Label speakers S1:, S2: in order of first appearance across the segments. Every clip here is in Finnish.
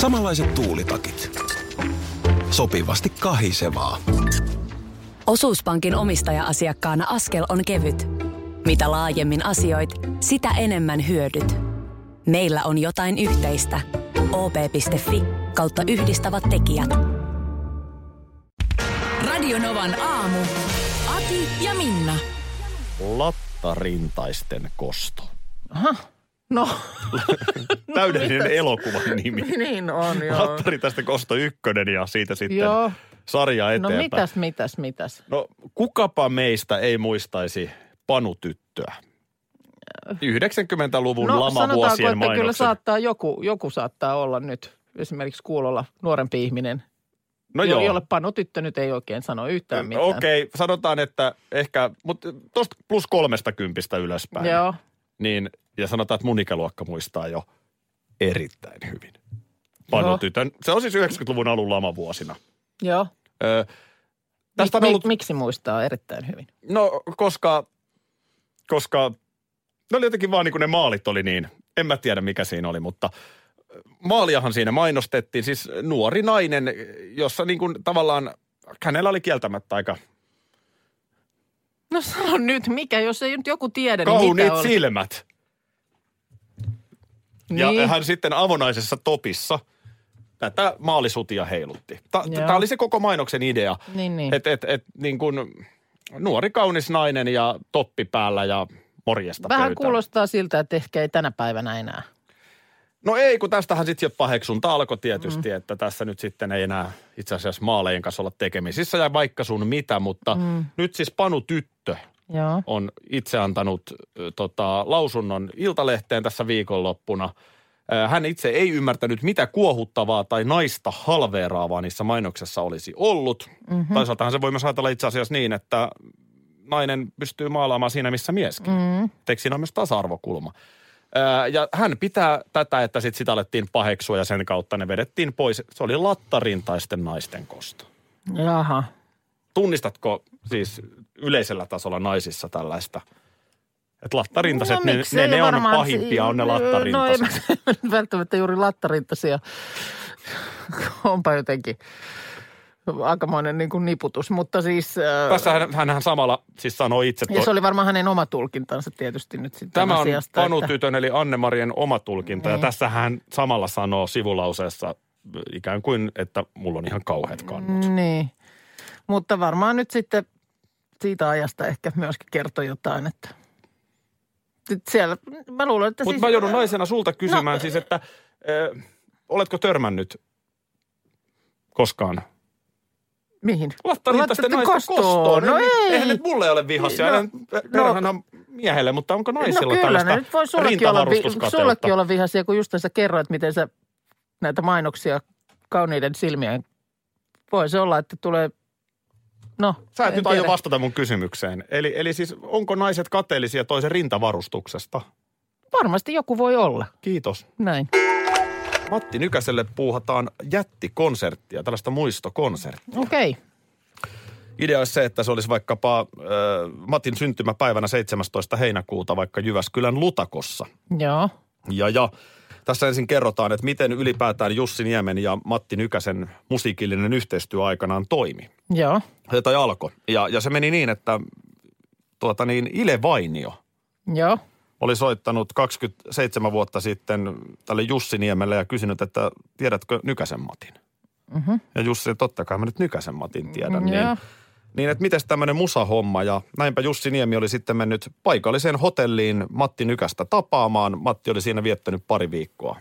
S1: Samanlaiset tuulitakit. Sopivasti kahisevaa.
S2: Osuuspankin omistaja-asiakkaana askel on kevyt. Mitä laajemmin asioit, sitä enemmän hyödyt. Meillä on jotain yhteistä. op.fi kautta yhdistävät tekijät. Radionovan aamu. Ati ja Minna.
S3: Lattarintaisten kosto.
S4: No,
S3: Täydellinen elokuvan nimi.
S4: niin on joo.
S3: Lattarintaisten kosto ykkönen ja siitä sitten
S4: Joo.
S3: sarja
S4: No
S3: eteenpäin.
S4: mitäs, mitäs, mitäs?
S3: No kukapa meistä ei muistaisi panutyttöä? 90-luvun
S4: No sanotaanko,
S3: lamavuosien
S4: että kyllä
S3: mainokset.
S4: saattaa joku, joku saattaa olla nyt esimerkiksi kuulolla nuorempi ihminen,
S3: no
S4: jo-
S3: joo.
S4: jolle panotyttö nyt ei oikein sano yhtään mitään.
S3: Okei, okay, sanotaan, että ehkä, mutta tuosta plus kolmesta kympistä ylöspäin.
S4: Joo.
S3: Niin, ja sanotaan, että mun ikäluokka muistaa jo erittäin hyvin. Panutytön. Se on siis 90-luvun alun lamavuosina.
S4: Joo.
S3: Öö, tästä on
S4: Mi- mi-
S3: ollut,
S4: Miksi muistaa erittäin hyvin?
S3: no koska, koska, ne oli jotenkin vaan niin kuin ne maalit oli niin. En mä tiedä mikä siinä oli, mutta äh, maaliahan siinä mainostettiin. Siis nuori nainen, jossa niin kuin tavallaan, hänellä oli kieltämättä aika
S4: No sano nyt mikä, jos ei nyt joku tiedä, niin
S3: kauniit
S4: mikä oli.
S3: silmät. Ja
S4: Niin.
S3: hän sitten avonaisessa topissa tätä maalisutia heilutti.
S4: Joo.
S3: Tämä oli se koko mainoksen idea.
S4: Niin, niin.
S3: Et, et, et, niin kun nuori kaunis nainen ja toppi päällä ja morjesta
S4: Vähän
S3: pöytään.
S4: kuulostaa siltä, että ehkä ei tänä päivänä enää.
S3: No ei, kun tästähän sitten jo paheksunta alkoi tietysti, mm. että tässä nyt sitten ei enää itse asiassa maalejen kanssa olla tekemisissä ja vaikka sun mitä, mutta mm. nyt siis Panu Tyttö
S4: Joo.
S3: on itse antanut ö, tota, lausunnon Iltalehteen tässä viikonloppuna. Ö, Hän itse ei ymmärtänyt, mitä kuohuttavaa tai naista halveeraavaa niissä mainoksessa olisi ollut. Mm-hmm. Toisaaltahan se voi myös ajatella itse asiassa niin, että nainen pystyy maalaamaan siinä, missä mieskin. Mm-hmm. Siinä on myös tasa-arvokulma. Ö, Ja hän pitää tätä, että sit sitä alettiin paheksua ja sen kautta ne vedettiin pois. Se oli lattarintaisten naisten kosto.
S4: Jaha.
S3: Tunnistatko siis yleisellä tasolla naisissa tällaista? Että lattarintaset, ne,
S4: miksei,
S3: ne, ne on
S4: No varmaan-
S3: pahimpia, on ne
S4: No ei
S3: lattarintaset.
S4: mä- välttämättä juuri lattarintasia. Onpa jotenkin aikamoinen niin kuin niputus, mutta siis... äh,
S3: Tässä hän, hänhän samalla siis sanoi itse,
S4: Ja se
S3: tuo,
S4: oli varmaan hänen oma tulkintansa tietysti nyt sitten
S3: tämä on
S4: asiasta.
S3: Panu
S4: että- Niin.
S3: Tytön eli Anne-Marien oma tulkinta. Ja tässä hän samalla sanoo sivulauseessa äh, ikään kuin, että mulla on ihan kauheat kannat.
S4: Niin, mutta varmaan nyt sitten siitä ajasta ehkä myöskin kertoi jotain, että Nyt siellä, mä luulen, että
S3: Mutta
S4: siis...
S3: mä joudun naisena sulta kysymään no, siis, että ö, oletko törmännyt koskaan
S4: Mihin?
S3: Lattarintaisten
S4: Lattarintaisten
S3: naisten kostoon. kostoon.
S4: No ei.
S3: Eihän nyt mulle ole vihassa, no,
S4: No,
S3: perhana no, miehelle, mutta onko
S4: no
S3: naisilla
S4: kyllä,
S3: tällaista
S4: ne nyt voi sullekin olla, vi-
S3: rintavarustuskateutta?
S4: sullekin olla vihaisia, kun just sä kerroit, miten sä näitä mainoksia kauniiden silmien... Voi se olla, että tulee... No,
S3: Sä et
S4: en
S3: nyt
S4: tiedä.
S3: aio vastata mun kysymykseen. Eli, eli siis onko naiset kateellisia toisen rintavarustuksesta?
S4: Varmasti joku voi olla.
S3: Kiitos.
S4: Näin.
S3: Matti Nykäselle puuhataan jättikonserttia, tällaista muistokonserttia.
S4: Okei. Okay.
S3: Idea olisi se, että se olisi vaikkapa äh, Matin syntymäpäivänä 17. heinäkuuta vaikka Jyväskylän Lutakossa.
S4: Joo.
S3: Ja, ja tässä ensin kerrotaan, että miten ylipäätään Jussi Niemen ja Matti Nykäsen musiikillinen yhteistyö aikanaan toimi.
S4: Joo.
S3: Tai alkoi. Ja, ja se meni niin, että tuota niin, Ile Vainio
S4: Joo.
S3: oli soittanut 27 vuotta sitten tälle Jussi Niemelle ja kysynyt, että tiedätkö Nykäsen Matin? Mm-hmm. Ja Jussi, totta kai mä nyt Nykäsen Matin tiedän.
S4: Mm, joo.
S3: Niin, niin että mites tämmöinen musahomma ja näinpä Jussi Niemi oli sitten mennyt paikalliseen hotelliin Matti Nykästä tapaamaan. Matti oli siinä viettänyt pari viikkoa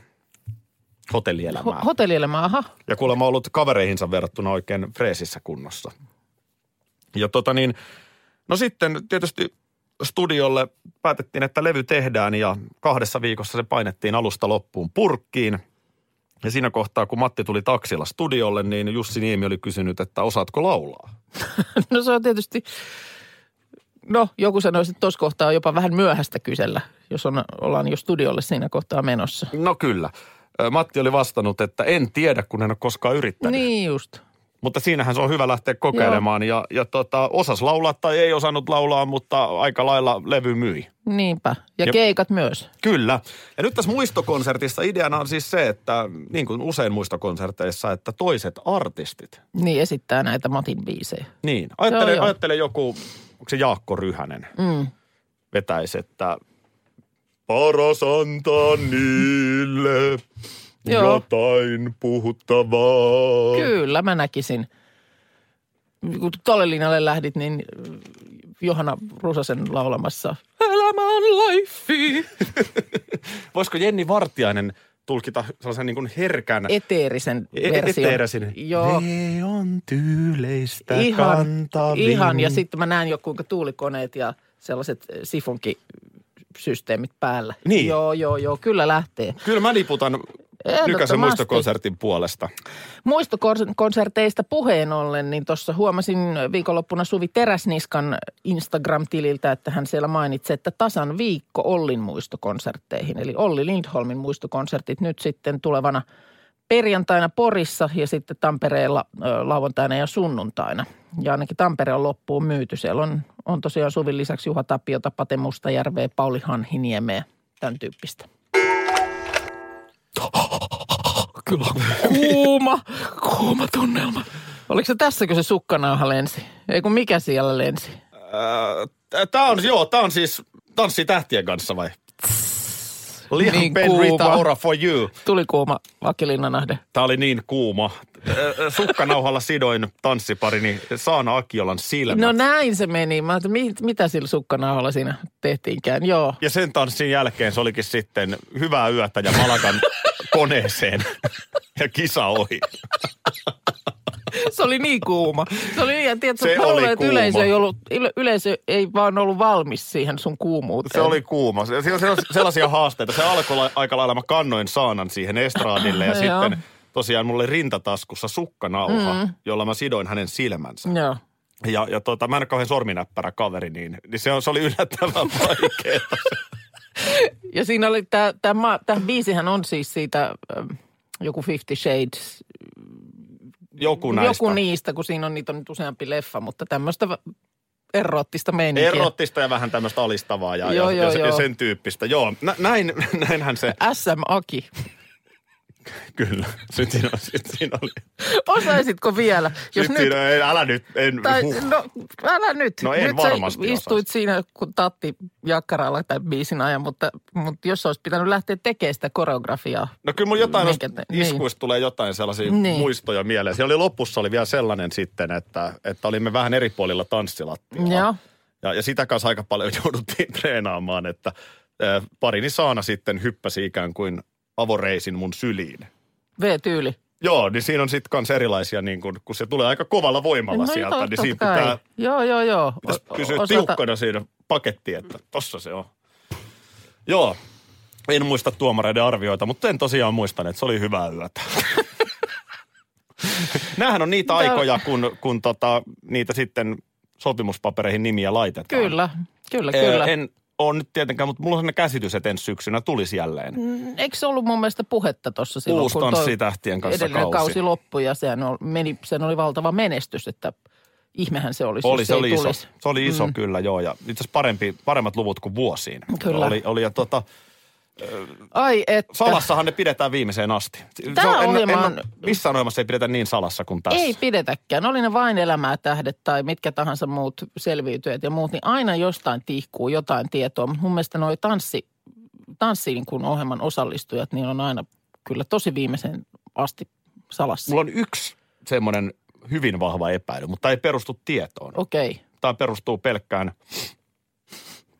S3: hotellielämää.
S4: Ho- hotellielämä, aha.
S3: Ja kuulemma ollut kavereihinsa verrattuna oikein freesissä kunnossa. Ja tota niin, no sitten tietysti studiolle päätettiin, että levy tehdään ja kahdessa viikossa se painettiin alusta loppuun purkkiin. Ja siinä kohtaa, kun Matti tuli taksilla studiolle, niin Jussi Niemi oli kysynyt, että osaatko laulaa?
S4: No se on tietysti, no joku sanoisi, että tuossa kohtaa on jopa vähän myöhäistä kysellä, jos on, ollaan jo studiolle siinä kohtaa menossa.
S3: No kyllä. Ö, Matti oli vastannut, että en tiedä, kun en ole koskaan yrittänyt.
S4: Niin just.
S3: Mutta siinähän se on hyvä lähteä kokeilemaan ja, ja tota, osas laulaa tai ei osannut laulaa, mutta aika lailla levy myi.
S4: Niinpä. Ja
S3: Jep.
S4: keikat myös.
S3: Kyllä. Ja nyt tässä muistokonsertissa ideana on siis se, että niin kuin usein muistokonserteissa, että toiset artistit.
S4: Niin esittää näitä Matin biisejä.
S3: Niin. Ajattele,
S4: joo.
S3: ajattele joku, onko se Jaakko Ryhänen,
S4: Mm.
S3: vetäisi, että paras antaa niille
S4: Joo.
S3: jotain puhuttavaa.
S4: Kyllä, mä näkisin. Kun tolle linjalle lähdit, niin äh, Johanna Rusasen laulamassa Elämä on life.
S3: Voisiko Jenni Vartiainen tulkita sellaisen niin kuin herkän
S4: Eteerisen
S3: E-
S4: version.
S3: eteerisen.
S4: Joo.
S3: Ne on tyyleistä
S4: Ihan,
S3: kantavin.
S4: ihan, ja sitten mä näen jo kuinka tuulikoneet ja sellaiset äh, sifonkisysteemit päällä.
S3: Niin.
S4: Joo, joo, joo, kyllä lähtee.
S3: Kyllä mä liputan Nykäsen
S4: Ehdottomasti.
S3: muistokonsertin puolesta.
S4: Muistokonserteista puheen ollen, niin tuossa huomasin viikonloppuna Suvi Teräsniskan Instagram-tililtä, että hän siellä mainitsi, että tasan viikko Ollin muistokonsertteihin. Eli Olli Lindholmin muistokonsertit nyt sitten tulevana perjantaina Porissa ja sitten Tampereella ö, lauantaina ja sunnuntaina. Ja ainakin Tampere on loppuun myyty. Siellä on, on tosiaan Suvin lisäksi Juha Tapiota, Pate Mustajärveä, Pauli Hanhiniemeä, tämän tyyppistä. Kyllä kuuma, kuuma tunnelma. Oliko se tässäkö se sukkanauha lensi? Ei kun mikä siellä lensi?
S3: Tämä Äh, on, joo, tämä on siis Tanssi tähtien kanssa vai? Lihan
S4: Niin
S3: Ben
S4: kuuma.
S3: Rita Ora for you.
S4: Tuli kuuma vakilinnanahde.
S3: Tämä oli niin kuuma. Ö, Sukkanauhalla sidoin tanssiparini Saana Akiolan silmät.
S4: No näin se meni. Mä ajattelin, mit, mitä sillä sukkanauhalla siinä tehtiinkään? Joo.
S3: ja sen tanssin jälkeen se olikin sitten hyvää yötä ja Malakan koneeseen. ja kisa ohi.
S4: Se oli niin kuuma. Se oli niin, ja tiedätkö,
S3: Se
S4: mä luulen,
S3: oli
S4: että
S3: kuuma.
S4: yleisö ei, ollut, yle- yleisö ei vaan ollut valmis siihen sun kuumuuteen.
S3: Se oli kuuma. Se, se, se on sellaisia haasteita. Se alkoi la- aika lailla, mä kannoin saanan siihen estraadille ja
S4: Joo. Mm.
S3: sitten tosiaan mulla oli rintataskussa sukkanauha, jolla mä sidoin hänen silmänsä.
S4: Joo.
S3: Ja, ja tota, mä en ole kauhean sorminäppärä kaveri, niin, niin se, on, se oli yllättävän vaikeaa.
S4: Ja siinä oli, tämä biisihän on siis siitä äh, joku Fifty Shades
S3: Joku näistä.
S4: Joku niistä, kun siinä on niitä on nyt useampi leffa, mutta tämmöistä erottista meininkiä.
S3: Erottista ja vähän tämmöistä alistavaa ja,
S4: Joo,
S3: ja,
S4: joo,
S3: ja, se- ja
S4: joo.
S3: sen tyyppistä. Joo, nä, näin, näinhän se,
S4: SM Aki.
S3: kyllä. Sitten siinä, sit siinä oli.
S4: Osaisitko vielä? Jos
S3: Sit
S4: nyt,
S3: siinä, ei, älä nyt, en,
S4: tai,
S3: huh.
S4: no, älä nyt.
S3: No en
S4: nyt
S3: varmasti
S4: sä
S3: osaisi.
S4: istuit siinä, kun Tatti Jakkaralla tämän biisin ajan, mutta, mutta jos olisi pitänyt lähteä tekemään sitä koreografiaa.
S3: No kyllä mulla jotain
S4: Minkä
S3: Minkä,
S4: te- niin.
S3: iskuista tulee jotain sellaisia
S4: Niin.
S3: niin. muistoja mieleen. Siellä oli lopussa oli vielä sellainen sitten, että, että olimme vähän eri puolilla tanssilattialla.
S4: Joo.
S3: Ja, ja sitä kanssa aika paljon jouduttiin treenaamaan, että äh, parini Saana sitten hyppäsi ikään kuin avoreisin mun syliin.
S4: V-tyyli.
S3: Joo, niin siinä on sitten kans erilaisia, niin kun, kun se tulee aika kovalla voimalla sieltä,
S4: joo,
S3: niin
S4: No totta
S3: siinä
S4: kai.
S3: pitää
S4: Joo, joo, joo.
S3: pitäisi
S4: O-
S3: pysyä
S4: osata-
S3: tiukkana siinä paketti, että tossa se on. Joo, en muista tuomareiden arvioita, mutta en tosiaan muistanut, että se oli hyvää yötä. Nämähän on niitä aikoja, kun, kun tota, niitä sitten sopimuspapereihin nimiä laitetaan.
S4: Kyllä, kyllä,
S3: Ee,
S4: kyllä.
S3: En ole nyt tietenkään, mutta mulla on sellainen käsitys, että ensi syksynä tulisi jälleen.
S4: Mm, Eikö se ollut mun mielestä puhetta tuossa silloin,
S3: Uusi
S4: kun toi
S3: tanssitähtien kanssa
S4: edellinen kausi.
S3: kausi.
S4: loppui ja sehän oli, meni, sen oli valtava menestys, että ihmehän se olisi,
S3: Oli,
S4: jos
S3: se,
S4: ei
S3: oli iso.
S4: tulisi. Mm.
S3: se oli iso, kyllä joo. Ja itse asiassa parempi, paremmat luvut kuin vuosiin.
S4: Kyllä.
S3: Oli, oli ja tota,
S4: Ai että,
S3: Salassahan ne pidetään viimeiseen asti. Se
S4: Tää
S3: on-
S4: ohjelma
S3: en,
S4: on-
S3: en, missään ohjelmassa ei pidetä niin salassa kuin tässä.
S4: ei pidetäkään. Oli ne vain elämää tähdet tai mitkä tahansa muut selviytyjät ja muut, niin aina jostain tihkuu jotain tietoa. Mutta mun mielestä noi tanssi, tanssiin kun ohjelman osallistujat, niin on aina kyllä tosi viimeisen asti salassa.
S3: Mulla on yksi semmoinen hyvin vahva epäily, mutta tämä ei perustu tietoon.
S4: Okei, okay.
S3: Tämä perustuu pelkkään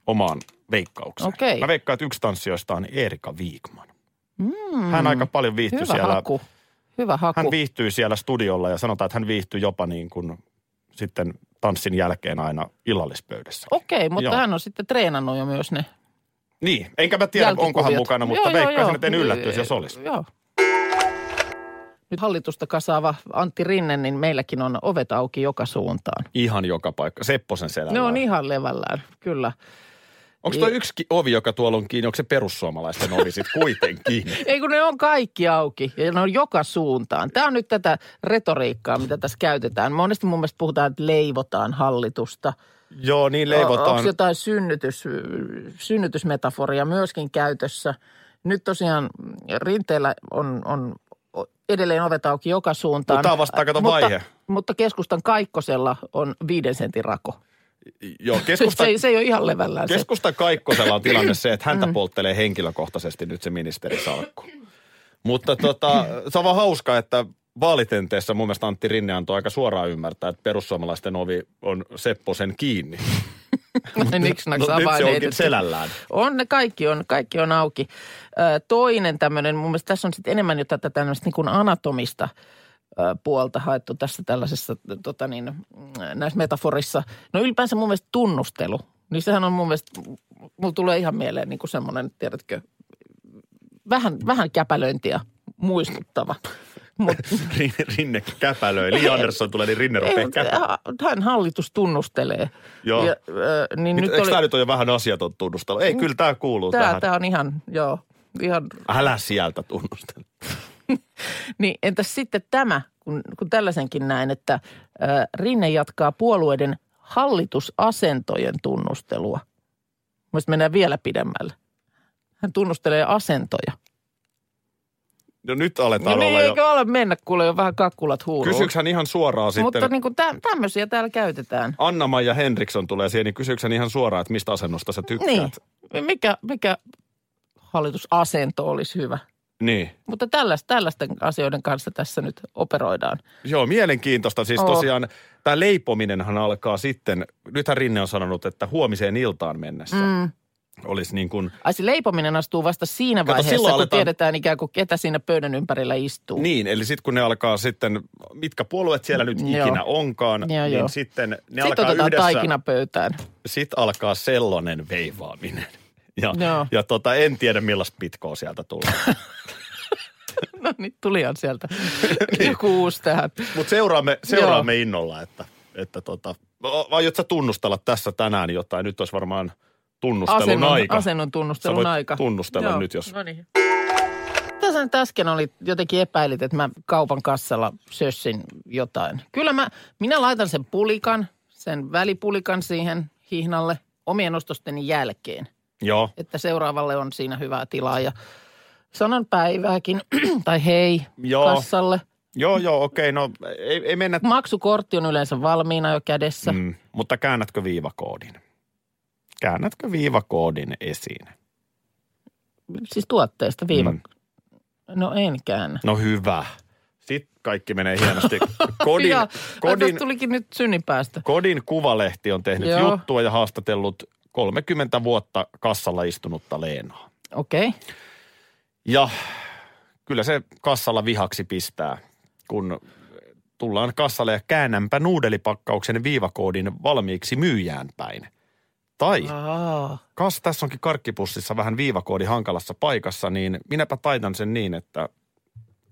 S3: omaan veikkaukseen.
S4: Okei.
S3: Mä veikkaan, että yksi tanssijoista on Erika Viikman. Mm. Hän aika paljon viihtyi
S4: Hmm. hyvä
S3: siellä.
S4: haku. Hyvä haku.
S3: Hän viihtyi siellä studiolla ja sanotaan, että hän viihtyi jopa niin kuin sitten tanssin jälkeen aina illallispöydässä.
S4: Okei, okay, mutta
S3: Joo.
S4: hän on sitten treenannut jo myös ne
S3: Niin, enkä mä tiedä, onko hän
S4: jälkikuviot.
S3: mukana, mutta
S4: Joo, joo,
S3: veikkaisin,
S4: joo.
S3: että en yllättyisi, jos olisi.
S4: Joo. Nyt hallitusta kasaava Antti Rinne, niin meilläkin on ovet auki joka suuntaan. No niin.
S3: Ihan joka paikka. Sepposen selällä.
S4: Ne on ihan levällään, kyllä.
S3: Onko tuo yksi ki- ovi, joka tuolla on kiinni, onko se perussuomalaisten ovi sitten kuitenkin?
S4: Ei kun ne on kaikki auki ja ne on joka suuntaan. Tämä on nyt tätä retoriikkaa, mitä tässä käytetään. Monesti mun mielestä puhutaan, että leivotaan hallitusta.
S3: Joo, niin
S4: Onko
S3: leivotaan.
S4: jotain synnytys, synnytysmetaforia myöskin käytössä? Nyt tosiaan rinteellä on, on edelleen ovet auki joka suuntaan.
S3: Mutta No, tää on vasta kato vaihe.
S4: Mutta, mutta keskustan kaikkosella on viiden sentin rako.
S3: Joo,
S4: Keskusta...
S3: keskusta,
S4: Se, ei- se ei ole ihan levällään se. Mm.
S3: keskusta Kaikkosella on tilanne se, että häntä polttelee henkilökohtaisesti nyt se ministerisalkku. Mutta tota, se on vaan hauska, että vaalitenteessä mun mielestä Antti Rinne antoi aika suoraan ymmärtää, että perussuomalaisten ovi on Sepposen kiinni.
S4: Niin niksnaks
S3: No, nyt
S4: avain
S3: se onkin
S4: heitetty.
S3: selällään.
S4: On, ne kaikki on, kaikki on auki. Ö, toinen tämmöinen, mun mielestä tässä on sitten enemmän jo tätä tämmöistä niin kuin anatomista ö, puolta haettu tässä tällaisessa tota niin, mm, näissä metaforissa. No ylipäänsä mun mielestä tunnustelu. Niin sehän on mun mielestä, mulla tulee ihan mieleen niin kuin semmoinen, tiedätkö, vähän, vähän käpälöintiä muistuttava. Mut,
S3: Rin- Rinne käpälöi. Li Andersson tulee, niin Rinne
S4: ei,
S3: rupeaa
S4: mutta
S3: käpälöi.
S4: ha- hän hallitus tunnustelee.
S3: Joo.
S4: Ja, ö, niin
S3: Nyt
S4: nyt
S3: Eikö
S4: oli,
S3: tämä nyt ole jo vähän asiaton tunnustelu? Ei, kyllä tämä kuuluu
S4: tää,
S3: tähän.
S4: tää on ihan, joo, ihan
S3: Älä sieltä tunnustele.
S4: Niin entäs sitten tämä, kun, kun tällaisenkin näin, että äh, Rinne jatkaa puolueiden hallitusasentojen tunnustelua. Mielestäni mennään vielä pidemmälle. Hän tunnustelee asentoja.
S3: No nyt aletaan
S4: No niin,
S3: olla jo.
S4: eikö ole mennä, kuule jo vähän kakkulat huuruun.
S3: Kysyks hän ihan suoraan
S4: Mutta
S3: sitten?
S4: niin kuin tä, tämmöisiä täällä käytetään.
S3: Anna-Maija Henriksson tulee siihen, niin kysyykö hän ihan suoraan, että mistä asennosta sä
S4: Niin,
S3: tykkäät?
S4: mikä, mikä hallitusasento olisi hyvä.
S3: Niin.
S4: Mutta tällaista, tällaisten asioiden kanssa tässä nyt operoidaan.
S3: Joo, mielenkiintoista. Siis
S4: Oo.
S3: tosiaan tämä leipominenhan alkaa sitten, nythän Rinne on sanonut, että huomiseen iltaan mennessä mm. olisi niin kuin,
S4: Ai se leipominen astuu vasta siinä
S3: Kato,
S4: vaiheessa,
S3: silloin
S4: kun
S3: aletaan-
S4: tiedetään ikään kuin ketä siinä pöydän ympärillä istuu.
S3: niin, eli sitten kun ne alkaa sitten, mitkä puolueet siellä nyt
S4: Mm, Joo.
S3: ikinä onkaan,
S4: Joo,
S3: niin
S4: joo.
S3: sitten ne
S4: Sitten
S3: alkaa
S4: otetaan
S3: yhdessä,
S4: taikina pöytään.
S3: sit alkaa sellainen veivaaminen. Ja,
S4: Joo.
S3: ja tota, en tiedä millaista pitkoa sieltä tulee.
S4: No niin, tulihan sieltä
S3: Niin.
S4: joku uusi tähän.
S3: Mutta seuraamme, seuraamme innolla, että, että tota, o- aiot sä tunnustella tässä tänään jotain? Nyt olisi varmaan tunnustelun
S4: Asennon,
S3: aika.
S4: asennon tunnustelun
S3: Sä voit
S4: aika.
S3: tunnustella nyt, jos-
S4: No niin. Tässä nyt äsken oli jotenkin epäilit, että mä kaupan kassalla sössin jotain. Kyllä mä, minä laitan sen pulikan, sen välipulikan siihen hihnalle omien ostosteni jälkeen.
S3: Joo.
S4: Että seuraavalle on siinä hyvää tilaa ja sanon päivääkin tai hei
S3: Joo.
S4: kassalle.
S3: Joo, joo, okei, no ei, ei mennä.
S4: Maksukortti on yleensä valmiina jo kädessä.
S3: Mm, mutta käännätkö viivakoodin? Käännätkö viivakoodin esiin?
S4: Siis tuotteesta viiva. Mm. No enkään.
S3: No hyvä. Sitten kaikki menee hienosti. Kodin,
S4: Joo,
S3: kodin,
S4: Tästä tulikin nyt synnipäästä.
S3: kodin kuvalehti on tehnyt
S4: Joo.
S3: Joo. juttua ja haastatellut 30 vuotta kassalla istunutta Leenaa.
S4: Okei. Okay.
S3: Ja kyllä se kassalla vihaksi pistää, kun tullaan kassalle ja käännänpä nuudelipakkauksen viivakoodin valmiiksi myyjään päin. Tai
S4: No.
S3: kas tässä onkin karkkipussissa vähän viivakoodi hankalassa paikassa, niin minäpä taitan sen niin, että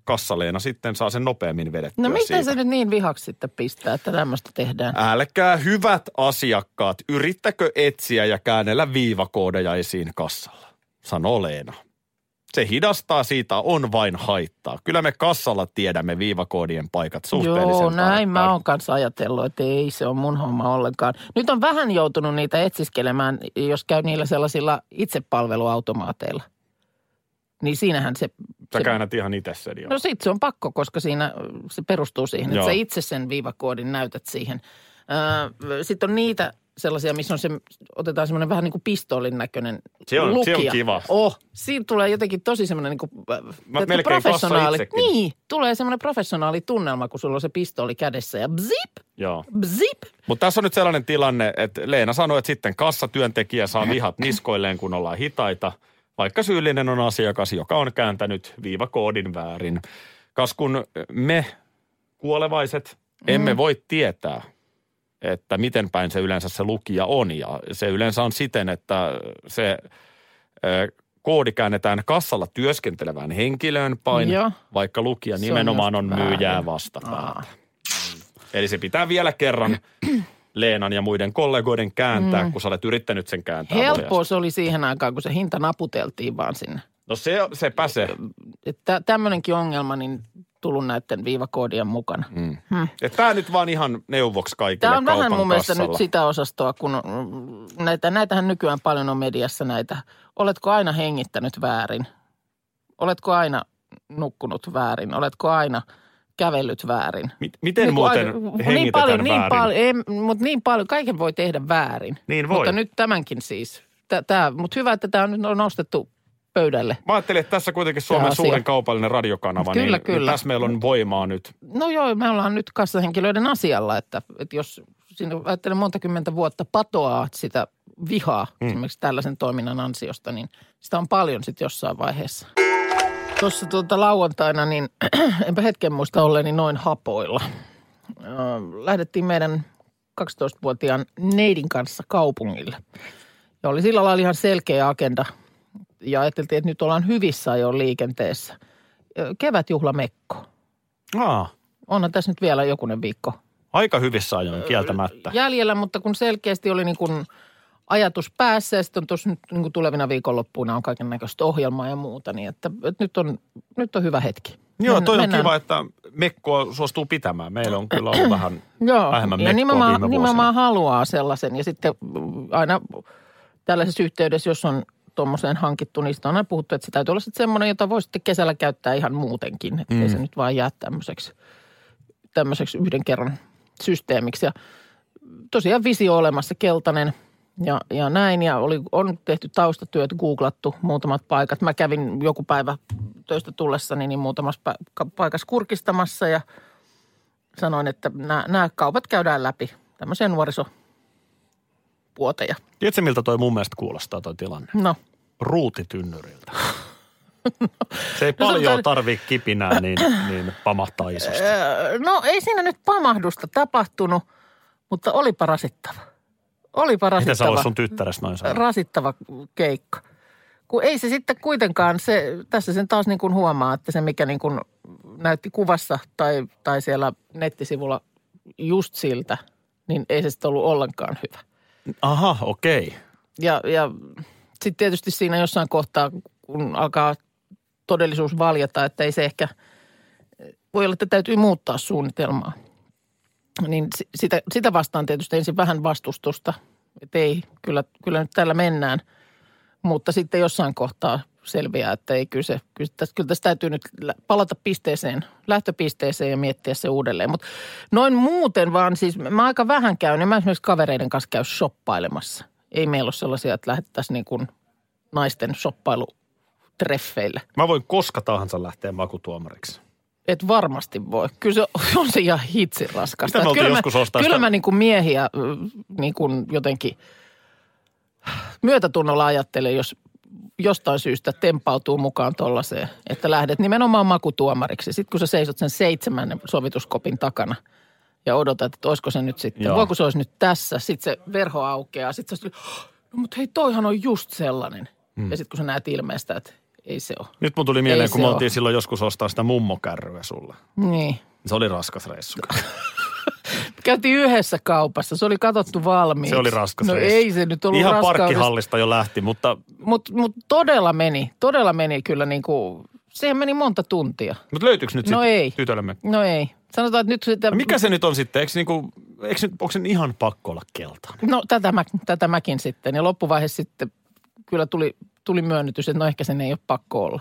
S3: kassaleena sitten saa sen nopeammin vedettyä
S4: No mistä
S3: siitä.
S4: se nyt niin vihaksi sitten pistää, että tämmöistä tehdään?
S3: Älkää hyvät asiakkaat, yrittäkö etsiä ja käännellä viivakoodeja esiin kassalla, sanoo Leena. Se hidastaa siitä on vain haittaa. Kyllä me kassalla tiedämme viivakoodien paikat suhteellisen
S4: Joo, näin mä
S3: tarkkaan.
S4: oon kanssa ajatellut, että ei se on mun homma ollenkaan. Nyt on vähän joutunut niitä etsiskelemään, jos käy niillä sellaisilla itsepalveluautomaateilla. Niin siinähän se...
S3: Sä
S4: se
S3: käännät ihan itse sen jo.
S4: No sit se on pakko, koska siinä ö, se perustuu siihen, että
S3: Joo.
S4: sä itse sen viivakoodin näytät siihen. Öö, Sitten on niitä sellaisia, missä on se, otetaan semmoinen vähän niin kuin pistoolin näköinen
S3: Se on-
S4: lukija.
S3: se on kiva.
S4: Oh, siinä tulee jotenkin tosi semmoinen niin kuin, äh,
S3: Mä
S4: tiedätkö,
S3: melkein
S4: professionaali.
S3: kassa itsekin.
S4: Niin, tulee semmoinen professionaali tunnelma, kun sulla on se pistooli kädessä ja bzip,
S3: Joo.
S4: bzip.
S3: Mutta tässä on nyt sellainen tilanne, että Leena sanoi, että sitten kassatyöntekijä saa vihat niskoilleen, kun ollaan hitaita, vaikka syyllinen on asiakas, joka on kääntänyt viivakoodin väärin. Kas kun me kuolevaiset
S4: Mm.
S3: emme voi tietää, että miten päin se yleensä se lukija on. Ja se yleensä on siten, että se ö, koodi käännetään kassalla työskentelevään henkilöön päin,
S4: Joo.
S3: vaikka lukija
S4: Se on
S3: nimenomaan
S4: just Ah,
S3: on
S4: väärin.
S3: myyjää vastapäätä. Eli se pitää vielä kerran Leenan ja muiden kollegoiden kääntää, mm. kun sä olet yrittänyt sen kääntää.
S4: Helppoa
S3: lujasti.
S4: se oli siihen aikaan, kun se hinta naputeltiin vaan sinne.
S3: No se, sepä se.
S4: Että tämmöinenkin ongelma niin tullut näiden viivakoodien mukana.
S3: Mm. Et tää nyt vaan ihan neuvoksi kaikille
S4: Tämä on
S3: kaupan
S4: vähän mun mielestä
S3: kassalla.
S4: nyt sitä osastoa, kun mm, näitä, näitähän nykyään paljon on mediassa näitä. Oletko aina hengittänyt väärin? Oletko aina nukkunut väärin? Oletko aina kävellyt väärin?
S3: Mi- Miten
S4: Niin kuin
S3: muuten
S4: aina-
S3: hengitetään
S4: niin paljon,
S3: väärin?
S4: Niin paljon, ei, mutta niin paljon, kaiken voi tehdä väärin.
S3: Niin voi.
S4: Mutta nyt tämänkin siis. Tää, mutta hyvä, että tämä on nyt nostettu pöydälle.
S3: Mä ajattelin, että tässä kuitenkin Suomen
S4: asia.
S3: suurin kaupallinen radiokanava,
S4: Kyllä,
S3: niin, niin
S4: kyllä.
S3: tässä meillä on voimaa nyt.
S4: No joo, me ollaan nyt kassahenkilöiden asialla, että, että jos sinä ajattelen monta kymmentä vuotta patoaa sitä vihaa mm. esimerkiksi tällaisen toiminnan ansiosta, niin sitä on paljon sitten jossain vaiheessa. Tuossa tuota lauantaina, niin enpä hetken muista olleeni noin hapoilla. Ö, Lähdettiin meidän 12-vuotiaan neidin kanssa kaupungille. Ja oli sillä lailla ihan selkeä agenda. Ja ajateltiin, että nyt ollaan hyvissä ajoin liikenteessä. Ö, Kevätjuhlamekko.
S3: Aa,
S4: Onhan tässä nyt vielä jokunen viikko
S3: aika hyvissä ajoin kieltämättä.
S4: jäljellä, mutta kun selkeästi oli niin kuin ajatus päässä ja sitten on tuossa nyt niin kuin tulevina viikonloppuina on kaiken näköistä ohjelmaa ja muuta, niin että, että nyt, on, nyt on hyvä hetki.
S3: Joo,
S4: Mennä-
S3: toi on
S4: mennään-
S3: kiva, että Mekkoa suostuu pitämään. Meillä on kyllä ollut vähän
S4: Joo,
S3: vähemmän
S4: ja
S3: Mekkoa
S4: nimenomaan,
S3: viime vuosina.
S4: nimenomaan haluaa sellaisen. Ja sitten mm, aina tällaisessa yhteydessä, jos on tuommoiseen hankittu, niin sitä on aina puhuttu, että se täytyy olla sitten semmoinen, jota voi sitten kesällä käyttää ihan muutenkin. Että ei se
S3: Mm.
S4: nyt vaan jää tämmöiseksi, tämmöiseksi yhden kerran systeemiksi. Ja tosiaan visio olemassa, keltainen ja, ja näin. Ja oli, on tehty taustatyöt, googlattu muutamat paikat. Mä kävin joku päivä töistä tullessani niin muutamassa pa- paikassa kurkistamassa ja – sanoin, että nämä, nämä kaupat käydään läpi, tämmöisiä nuorisopuoteja.
S3: Tiedätkö, miltä toi mun mielestä kuulostaa toi tilanne?
S4: No,
S3: Ruutitynnyriltä. Se ei
S4: No se on
S3: paljon
S4: tär-
S3: tarvii kipinää, niin, niin pamahtaa isosti.
S4: öö, no ei siinä nyt pamahdusta tapahtunut, mutta olipa rasittava. Olipa
S3: Miten sä
S4: rasittava,
S3: vois sun tyttärestä noin sanoa?
S4: rasittava keikka. Kun ei se sitten kuitenkaan, se, tässä sen taas niin kuin huomaa, että se mikä niin kuin näytti kuvassa tai, tai siellä nettisivulla just siltä, niin ei se sitten ollut ollenkaan hyvä.
S3: Aha, okei.
S4: Ja, ja sitten tietysti siinä jossain kohtaa, kun alkaa todellisuus valjata, että ei se ehkä, voi olla, että täytyy muuttaa suunnitelmaa. Niin si- sitä, sitä vastaan tietysti ensin vähän vastustusta, että ei, kyllä, kyllä nyt tällä mennään. Mutta sitten jossain kohtaa selviää, että ei kyllä, se, kyllä, tässä, kyllä tässä täytyy nyt lä- palata pisteeseen, lähtöpisteeseen ja miettiä se uudelleen. Mutta noin muuten vaan siis, mä aika vähän käyn ja mä esimerkiksi kavereiden kanssa käyn shoppailemassa. Ei meillä ole sellaisia, että lähdettäisiin niin kuin naisten shoppailutreffeille.
S3: Mä voin koska tahansa lähteä makutuomariksi.
S4: Et varmasti voi. Kyllä se on se ihan hitsin raskasta.
S3: Mitä me
S4: Et
S3: oltiin
S4: kyllä
S3: joskus
S4: mä,
S3: ostaa
S4: Kyllä
S3: sitä-
S4: mä niin kuin miehiä niin kuin jotenkin myötätunnolla ajattelen, jos jostain syystä tempautuu mukaan tollaiseen, että lähdet nimenomaan makutuomariksi. Sitten kun sä seisot sen seitsemännen sovituskopin takana ja odotat, että olisiko se nyt sitten,
S3: Joo.
S4: Joo. voiko se olisi nyt tässä. Sitten se verho aukeaa, sitten sä oot silleen, no mutta hei toihan on just sellainen. Hmm. Ja sitten kun sä näet ilmeestä, että ei se ole.
S3: Nyt mun tuli mieleen,
S4: Ei
S3: kun
S4: se
S3: me
S4: oo.
S3: oltiin silloin joskus ostaa sitä mummokärryä sulle.
S4: Niin.
S3: Se oli raskas reissu.
S4: No Käytiin yhdessä kaupassa, se oli katsottu valmiiksi.
S3: Se oli raskas
S4: No
S3: reissu.
S4: ei se nyt ollut
S3: Ihan
S4: raskaudesta,
S3: parkkihallista jo lähti, mutta,
S4: mutta mut todella meni, todella meni kyllä niin kuin, sehän meni monta tuntia.
S3: mutta löytyykö nyt
S4: No
S3: sit
S4: ei.
S3: tytölle mekko?
S4: No ei, sanotaan, että nyt sitä...
S3: No Mikä se nyt on sitten? Eikö, niinku, eikö nyt, onko sen ihan pakko olla keltainen?
S4: No tätä, mä, tätä mäkin sitten. Ja loppuvaiheessa sitten kyllä tuli, tuli myönnytys, että no ehkä sen ei ole pakko olla.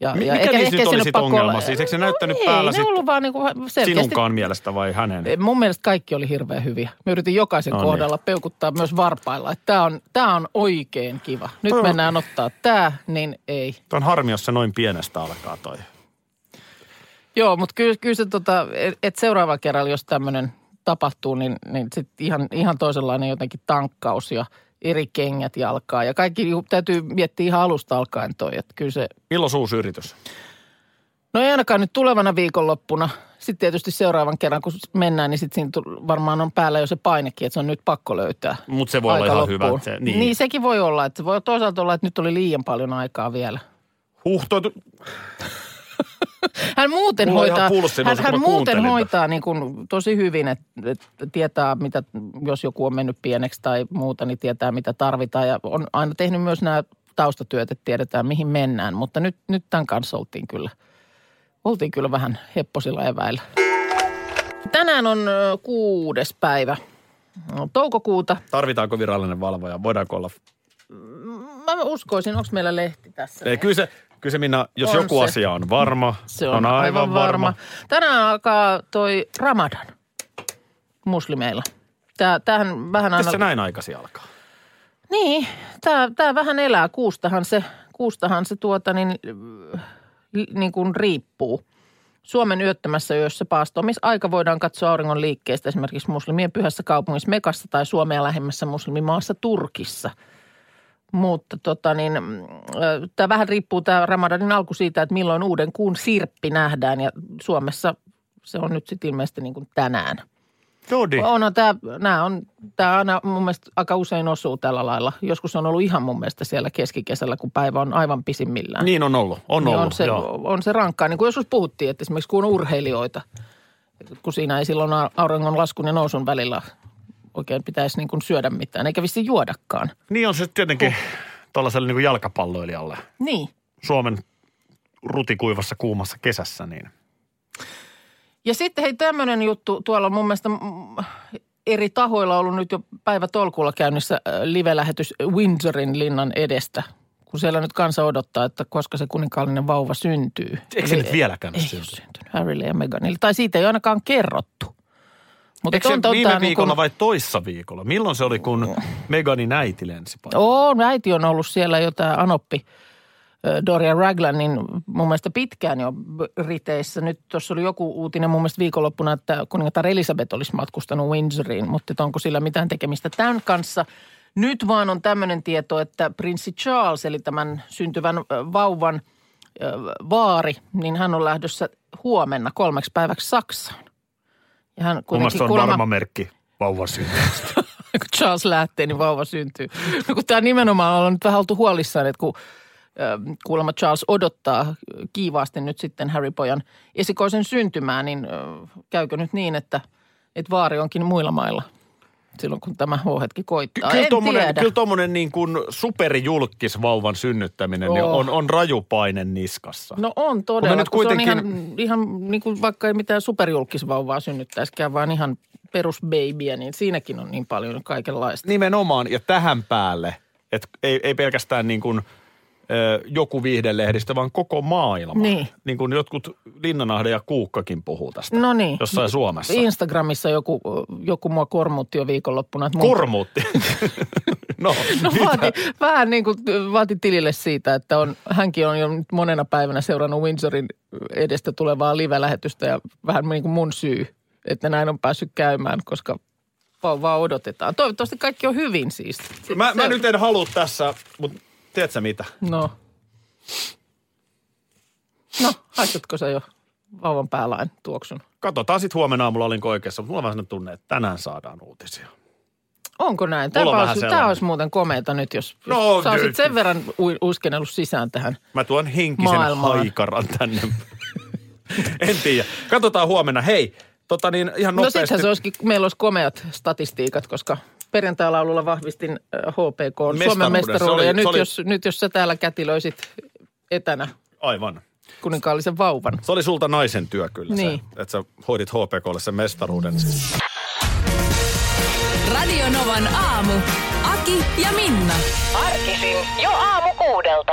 S4: Ja,
S3: Hmm. Mi- mikä niissä nyt
S4: sen
S3: oli
S4: ole
S3: sit
S4: pakko
S3: ongelma
S4: olla-
S3: siis? Eikö se näyttänyt
S4: ei,
S3: päällä
S4: ne
S3: sitten
S4: ollut vaan niin kuin selkeästi
S3: Sinunkaan mielestä vai hänen?
S4: Mun mielestä kaikki oli hirveän hyviä. Mä yritin jokaisen
S3: No
S4: no
S3: niin.
S4: kohdalla peukuttaa myös varpailla, että tämä on, tää on oikein kiva. Nyt
S3: Toi on-
S4: mennään ottaa tämä, niin ei.
S3: Tuo on harmi, jos se noin pienestä alkaa toi.
S4: Joo, mutta kyllä, kyllä se tota, et seuraava kerralla, jos tämmöinen tapahtuu, niin, niin sit ihan, ihan toisenlainen jotenkin tankkaus ja eri kengät jalkaa. Ja kaikki ju- täytyy miettiä ihan alusta alkaen toi, että kyllä se,
S3: Milloin suusi yritys?
S4: no ei ainakaan nyt tulevana viikonloppuna. Sitten tietysti seuraavan kerran, kun mennään, niin sitten siinä tu- varmaan on päällä jo se painekin, että se on nyt pakko löytää.
S3: Mutta se voi olla
S4: aika
S3: ihan
S4: loppuun.
S3: hyvä. että Se,
S4: niin. niin sekin voi olla, että voi toisaalta olla, että nyt oli liian paljon aikaa vielä.
S3: Huhto,
S4: Hän muuten
S3: Mulla on ihan
S4: hoitaa,
S3: pulssi
S4: hän,
S3: nousi, kun
S4: hän
S3: mä
S4: muuten
S3: kuuntelin
S4: hoitaa niin kuin tosi hyvin, että et tietää, mitä, jos joku on mennyt pieneksi tai muuta, niin tietää, mitä tarvitaan. Ja on aina tehnyt myös nämä taustatyöt, että tiedetään, mihin mennään. Mutta nyt, nyt tämän kanssa oltiin kyllä, oltiin kyllä vähän hepposilla eväillä. Tänään on ö, kuudes päivä no, toukokuuta.
S3: Tarvitaanko virallinen valvoja? Voidaanko olla?
S4: Mä uskoisin, onko meillä lehti tässä?
S3: Ei, kyllä se, kyllä se Minna, jos
S4: On
S3: joku
S4: se.
S3: asia on varma,
S4: Se on, on aivan, aivan varma. varma. Tänään alkaa toi Ramadan muslimeilla. Tää, tämähän vähän
S3: Miten se
S4: aina...
S3: näin aikaisin alkaa?
S4: Niin, tää, tää vähän elää. Kuustahan se, kuustahan se tuota niin, li- niin kuin riippuu. Suomen yöttömässä yössä paastoamisaika voidaan katsoa auringon liikkeestä esimerkiksi muslimien pyhässä kaupungissa Mekassa tai Suomea lähemmässä muslimimaassa Turkissa. Mutta tota niin, tämä vähän riippuu tämä Ramadanin alku siitä, että milloin uuden kuun sirppi nähdään ja Suomessa se on nyt sitten ilmeisesti niin kuin tänään.
S3: Jodi.
S4: Onhan tämä, nämä no, on, tämä aina mun mielestä aika usein osuu tällä lailla. Joskus on ollut ihan mun mielestä siellä keskikesällä, kun päivä on aivan pisimmillään.
S3: Niin on ollut, on
S4: Niin
S3: ollut,
S4: on, se,
S3: joo.
S4: on se rankkaa. Niin kuin joskus puhuttiin, että esimerkiksi kun on urheilijoita, kun siinä ei silloin au- auringon laskun ja nousun välillä oikein pitäisi niin kuin syödä mitään, eikä vissiin juodakaan.
S3: Niin on se tietenkin huh. tuollaiselle niin kuin jalkapalloilijalle
S4: Niin.
S3: Suomen rutikuivassa kuumassa kesässä, niin
S4: Ja sitten hei tämmöinen juttu, tuolla on mun mielestä mm, eri tahoilla on ollut nyt jo päivä tolkulla käynnissä äh, live-lähetys Windsorin linnan edestä. Kun siellä nyt kansa odottaa, että koska se kuninkaallinen vauva syntyy.
S3: eikö se
S4: Eli
S3: nyt vieläkään ole
S4: Niin. Ei ole
S3: syntynyt?
S4: syntynyt Harrylle ja Meganille. Tai siitä ei ainakaan kerrottu. Mutta
S3: Eikö se
S4: on- on
S3: viime
S4: tää
S3: viikolla
S4: niin kun-
S3: vai toissa viikolla? Milloin se oli, kun Meganin äiti lensi paikalle?
S4: On, äiti on ollut siellä jo tämä Anoppi. ö, Doria Raglanin mun mielestä pitkään jo Briteissä. Nyt tuossa oli joku uutinen mun mielestä viikonloppuna, että kuningatar Elisabeth olisi matkustanut Windsoriin, mutta että onko sillä mitään tekemistä tämän kanssa. Nyt vaan on tämmöinen tieto, että prinssi Charles, eli tämän syntyvän ö, vauvan ö, vaari, niin hän on lähdössä huomenna kolmeksi päiväksi Saksaan. Ja hän
S3: Mun mielestä
S4: kuitenkin
S3: se on
S4: kuulemma-
S3: varma merkki vauvan syntyy.
S4: kun Charles lähtee, niin vauva syntyy. No kun tämä nimenomaan on nyt vähän oltu huolissaan, että kun ö, kuulemma Charles odottaa kiivaasti nyt sitten Harry Pojan esikoisen syntymää, niin ö, käykö nyt niin, että, että vaari onkin muilla mailla silloin, kun tämä H-hetki koittaa?
S3: kyllä
S4: en
S3: tommonen,
S4: tiedä.
S3: kyllä tommonen niin kuin superjulkis vauvan synnyttäminen niin
S4: Oh.
S3: on, on rajupaine niskassa.
S4: No on todella,
S3: nyt
S4: nyt kuitenkin... se on ihan,
S3: kuitenkin-
S4: ihan niin kuin vaikka ei mitään superjulkisvauvaa synnyttäisikään, vaan ihan perusbabyä, niin siinäkin on niin paljon kaikenlaista.
S3: Nimenomaan ja tähän päälle, että ei, ei pelkästään niin kuin ö, joku viihdelehdistö, vaan koko maailma.
S4: Niin.
S3: niin kuin jotkut Linnanahde ja Kuukkakin puhuu tästä.
S4: No niin.
S3: Jossain Suomessa.
S4: Instagramissa joku, joku mua kormuutti jo viikonloppuna. Että mun-
S3: Kormuutti. no,
S4: No
S3: mitä?
S4: vaati, vähän niin kuin vaati tilille siitä, että on, hänkin on jo nyt monena päivänä seurannut Windsorin edestä tulevaa live-lähetystä ja vähän niin kuin mun syy, että näin on päässyt käymään, koska vauvaa odotetaan. Toivottavasti kaikki on hyvin siis.
S3: Mä,
S4: Se-
S3: mä nyt en halua tässä, mutta tiedätkö mitä?
S4: No. No, haistatko sä jo vauvan päälain tuoksun?
S3: Katsotaan sitten huomenna aamulla, olinko oikeassa, mutta mulla on vähän sellainen tunne, että tänään saadaan uutisia.
S4: Onko näin?
S3: Mulla on
S4: Tämä
S3: vähän
S4: olisi,
S3: sellainen.
S4: tämä olisi muuten komeita nyt, jos,
S3: No,
S4: jos sä olisit
S3: nyt.
S4: sen verran u- uskenellut sisään tähän.
S3: Mä tuon henkisen
S4: Maailmaan.
S3: haikaran tänne. en tiedä. Katsotaan huomenna. Hei, tota niin ihan
S4: No
S3: nopeasti.
S4: sittenhän se olisikin, meillä olisi komeat statistiikat, koska perjantai-laululla vahvistin äh, HPK on Suomen
S3: Mestaruuden. Se oli-
S4: mestaruuden. Ja
S3: se
S4: nyt,
S3: oli-
S4: Jos, nyt jos sä täällä kätilöisit etänä
S3: Aivan.
S4: kuninkaallisen vauvan.
S3: Se oli sulta naisen työ kyllä
S4: Niin.
S3: se, että sä hoidit HPKlle sen mestaruuden.
S2: Radio Novan aamu. Aki ja Minna.
S5: Arkisin jo aamu kuudelta.